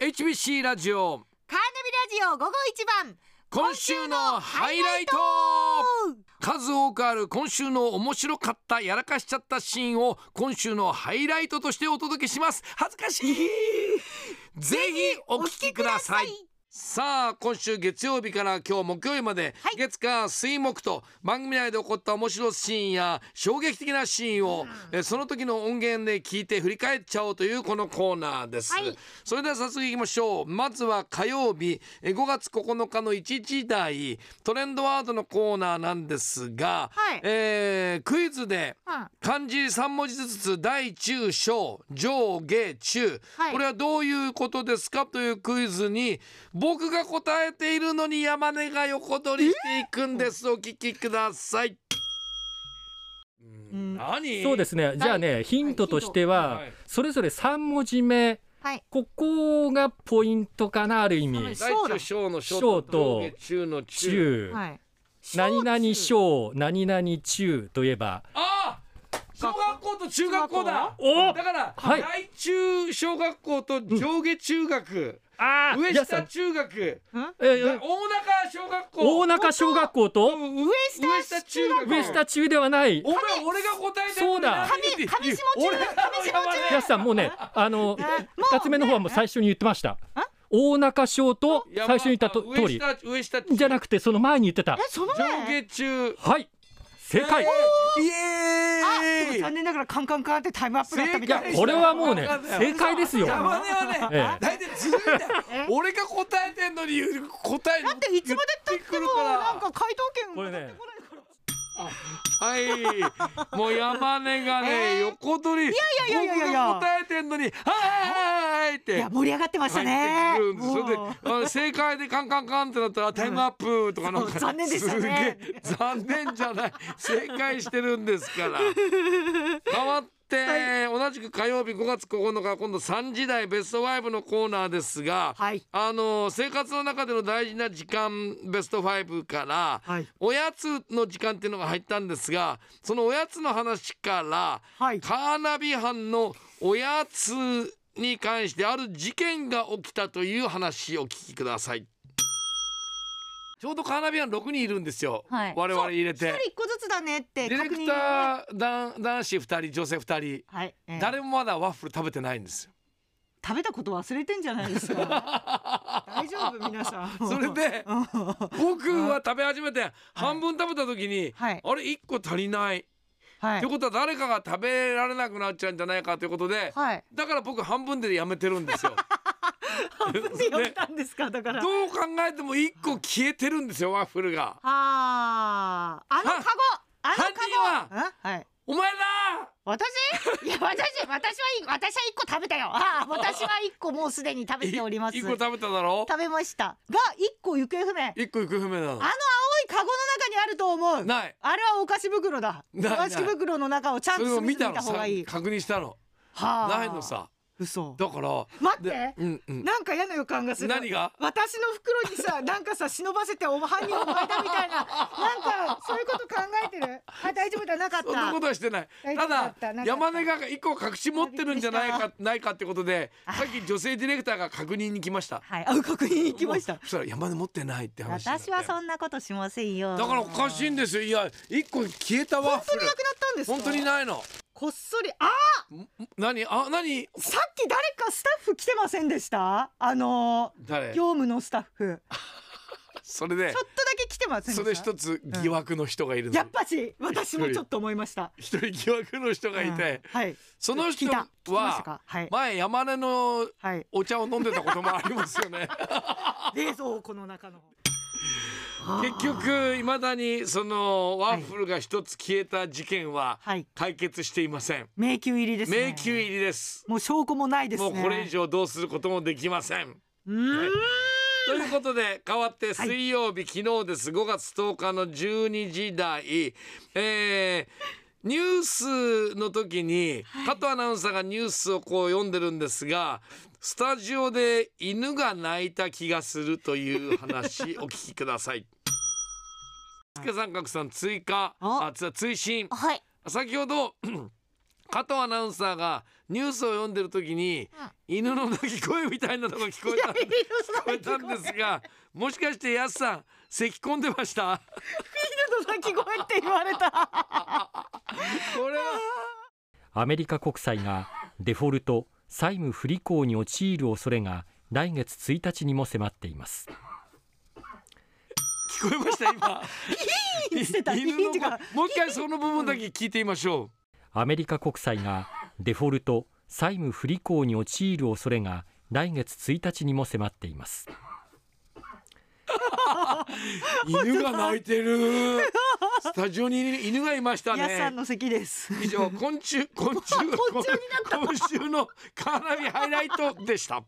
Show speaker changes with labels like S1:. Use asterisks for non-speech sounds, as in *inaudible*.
S1: HBC ラジオ
S2: カーナビラジオ午後一番
S1: 今週のハイライト数多くある今週の面白かったやらかしちゃったシーンを今週のハイライトとしてお届けします恥ずかしいぜひお聞きくださいさあ今週月曜日から今日木曜日まで、
S2: はい
S1: 月火水木と番組内で起こった面白いシーンや衝撃的なシーンを、えその時の音源で聞いて振り返っちゃおうというこのコーナーです、
S2: はい
S1: それでは早速いきましょうまずは火曜日え5月9日の1時台トレンドワードのコーナーなんですが、
S2: はい
S1: えークイズで
S2: うん
S1: 漢字3文字ずつ大中小上下中、
S2: はい
S1: これはどういうことですかというクイズに僕が答えているのに山根が横取りしていくんです、お聞きください、
S3: ん
S1: 何
S3: そうですね。じゃあね、ヒントとしては、
S1: はい
S3: それぞれ三文字目、
S2: はい
S3: ここがポイントかなある意味。
S1: 大中小の小
S3: 小
S1: と
S3: と
S1: 上下中の中
S3: 中、
S2: はい
S3: 何々
S2: 小
S3: 小、何々中といえば、
S1: ああ小学校と中学校だ
S3: お
S1: だから、
S3: はい
S1: 大中小学校と上下中学、
S3: あー
S1: 上
S3: 皆さ
S1: 下
S3: ん
S1: 中学
S3: え
S1: 大中
S3: ー
S1: 小学校
S3: 大中小学校と
S1: 上
S2: 上下
S1: 下中学
S3: 上下中ではない。
S1: お前俺が答えてる
S3: そうだ
S1: 上
S2: 上上下中
S1: 俺らの山根
S3: 皆さんもうね、あの
S2: もう
S3: 二つ目の方はもう最初に言ってました。大中小と
S1: 山
S3: 最初に言ったと通
S1: 上
S3: り
S1: 下上下
S3: じゃなくてその前に言ってた
S2: え。その
S1: 上下
S2: 前
S1: 中
S3: はい、正解。
S1: イ
S2: あ
S1: エー
S2: でも
S1: イ
S2: 残念ながらカンカンカンってタイムアップだったみたい
S1: 正解
S3: これはもうね
S1: わかんない
S3: 正解ですよ。
S1: 山根はね
S3: ええ
S1: 大体ずるいんだよ
S2: え
S1: 俺が答えてんのに言う答えだ
S2: だっていつまでたってもなんか回答権
S3: これ
S2: 渡っ
S3: ね
S2: てこないから
S1: はい、もう山根がね、
S2: えー
S1: 横取り。い
S2: いやいやいやいや
S1: 僕が答えてんのに、はいはいはいって。
S2: いや盛り上がってました
S1: 入って
S2: ね
S1: くるんですそれで
S2: もう
S1: あの正解でカンカンカンってなったらタイムアップとかなんか
S2: そう残念でしたね
S1: すげえ残念じゃない正解してるんですから変わって、同じく火曜日5月9日今度3時台ベスト5のコーナーですが、
S2: はい
S1: あの生活の中での大事な時間ベスト5から、
S2: はい
S1: おやつの時間っていうのが入ったんですがそのおやつの話から、
S2: はい
S1: カーナビ班のおやつに関してある事件が起きたという話をお聞きくださいちょうどカーナビ班6人いるんですよ、
S4: はい
S1: 我々入れ
S2: 一人
S1: て
S2: 一個ずつだねっ
S1: デ
S2: て
S1: ィレ
S2: 確
S1: ク
S2: 認
S1: ター男男子2人女性2人
S2: はいええ
S1: 誰もまだワッフル食べてないん
S2: *laughs*
S1: ですよ
S2: 食べたこと忘れてんじゃないですか大丈夫皆さん
S1: *laughs* それで
S2: うんは
S1: 僕は食べ始めて半分食べた時に、
S2: はい
S1: あれ1個足りない
S2: い
S1: ということは誰かが食べられなくなっちゃうんじゃないかということで、 *laughs*
S2: はい
S1: だから僕半分でやめてるんですよ
S2: で呼んだんですかだか
S1: *laughs*
S2: ら
S1: どう考えても一個消えてるんですよワッフルが
S2: はあ、あのカゴ、あのカゴ。ははい。
S1: お前だ
S2: 私？いや私、 *laughs* 私はいい、私は一個食べたよ。ああ、私は一個もうすでに食べております。
S1: い一個
S2: 食
S1: 食べただろ
S2: べました。が一個行方不明。
S1: 一個行方不明なの
S2: あの青いカゴの中にあると思う。
S1: ない
S2: あれはお菓子袋だ。お
S1: ない
S2: 菓子袋の中をちゃん
S1: そ
S2: と
S1: れを
S2: 見
S1: 見
S2: て
S1: た
S2: み
S1: の
S2: た方
S1: さ
S2: がいい。
S1: 確認したの
S2: はあ。
S1: ないの。さ
S2: 嘘。
S1: だから
S2: 待って
S1: でうんうん
S2: なんか嫌な予感がする。
S1: 何が
S2: 私の袋
S1: *laughs*
S2: にさ、なんかさ、忍ばせてお犯人を巻いたみたいな、なんかそういうこと考えてる。あ、大丈夫だなかった。
S1: そんなことはしてない
S2: 大
S1: た
S2: 丈夫だった
S1: だ
S2: なかった
S1: 山根が一個隠し持ってるんじゃない
S2: びっ
S1: かないかってことでさっき女性ディレクターが確認に来ました
S2: はい、あ、確認に行きました
S1: もう。そしたら山根持ってないって話になっ
S4: 私
S1: て
S4: はそんなことしませんよ
S1: だからおかしいんですよいや一個消えたワッフル
S2: なくなったんですか。
S1: 本当にないの
S2: こっそり、あ、
S1: 何あ何
S2: さっき誰かスタッフ来てませんでした。あのー、
S1: 誰
S2: 業務のスタッフ。
S1: それで
S2: ちょっとだけ来てませんでした。
S1: それ一つ疑惑の人がいるの
S2: やっぱし、私もちょっと思いました。
S1: 一人疑惑の人がいて
S2: うんはい。
S1: その人
S2: 聞いた聞きました
S1: は
S2: かはい。
S1: 前山根の
S2: はい。
S1: お茶を飲んでたこともありますよね
S2: *laughs* 冷蔵庫の中の。
S1: 結局いまだにそのワッフルが一つ消えた事件は
S2: はい。
S1: 解決していません
S2: 迷宮入りですね。
S1: 迷宮入りです
S2: もう証拠もないです
S1: も
S2: ね。
S1: うこれ以。上どうすることもできません
S2: うーん。
S1: ということで変わって水曜日、昨日です5月10日の12時台、えーニュースの時に加藤アナウンサーがニュースをこう読んでるんですがスタジオで犬が鳴いた気がするという話お聞きください。助三角さん追加
S2: お
S1: あつ追伸
S4: はい
S1: 先ほど *clears throat* 加藤アナウンサーがニュースを読んでる時に犬の鳴き声みたいなのが聞こえたんで聞こえたんですがもしかしてやすさん咳込んでました
S2: 鳴き声って言われた。
S1: これは
S3: アメリカ国債がデフォルト債務不履行に陥る恐れが来月1日にも迫っています
S1: 聞こえました今
S2: してた
S1: 犬の
S2: いいって
S1: 声
S2: か
S1: もう一回その部分だけ聞いてみましょ
S3: アメリカ国債がデフォルト債務不履行に陥る恐れが来月1日にも迫っています
S1: う犬が鳴いてるスタジオに犬がいました
S4: やすさ
S1: ね
S4: んの席です。
S1: 以上昆虫昆虫昆虫のカーナビハイライトでした